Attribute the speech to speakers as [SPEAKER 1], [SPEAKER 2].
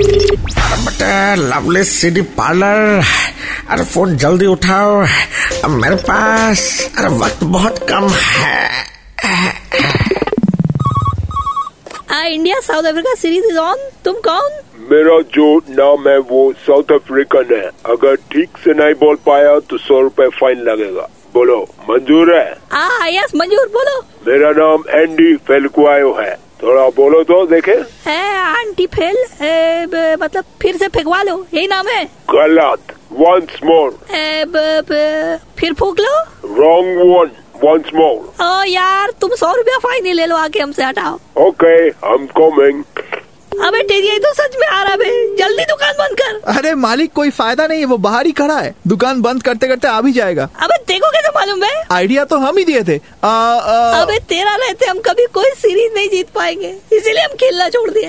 [SPEAKER 1] but lovely city parlour अरे phone जल्दी उठाओ अब मेरे पास अरे वक्त बहुत कम है
[SPEAKER 2] आ India South Africa series is on तुम कौन
[SPEAKER 3] मेरा जो नाम है वो साउथ अफ्रीकन है अगर ठीक से नहीं बोल पाया तो सौ रूपए फाइन लगेगा बोलो मंजूर है
[SPEAKER 2] आ यस मंजूर बोलो
[SPEAKER 3] मेरा नाम एंडी फेलकुआयो है थोड़ा बोलो तो देखे
[SPEAKER 2] है आंटी फेल ए, ब- मतलब फिर से फेंकवा लो यही नाम है
[SPEAKER 3] गलत once more
[SPEAKER 2] A, B, B, फिर फूक लो
[SPEAKER 3] रॉन्ग वन वंस मोर
[SPEAKER 2] ओ यार तुम सौ रुपया फाइन ही ले लो आके हमसे हटाओ
[SPEAKER 3] ओके आई एम कमिंग
[SPEAKER 2] अबे तेरी यही तो सच में आ रहा बे जल्दी दुकान बंद कर
[SPEAKER 4] अरे मालिक कोई फायदा नहीं है वो बाहर ही खड़ा है दुकान बंद करते करते आ भी जाएगा
[SPEAKER 2] अबे देखो कैसे मालूम है
[SPEAKER 4] आइडिया तो हम ही दिए थे आ, आ,
[SPEAKER 2] अबे तेरा रहते हम कभी कोई सीरीज नहीं जीत पाएंगे इसीलिए हम खेलना छोड़ दिए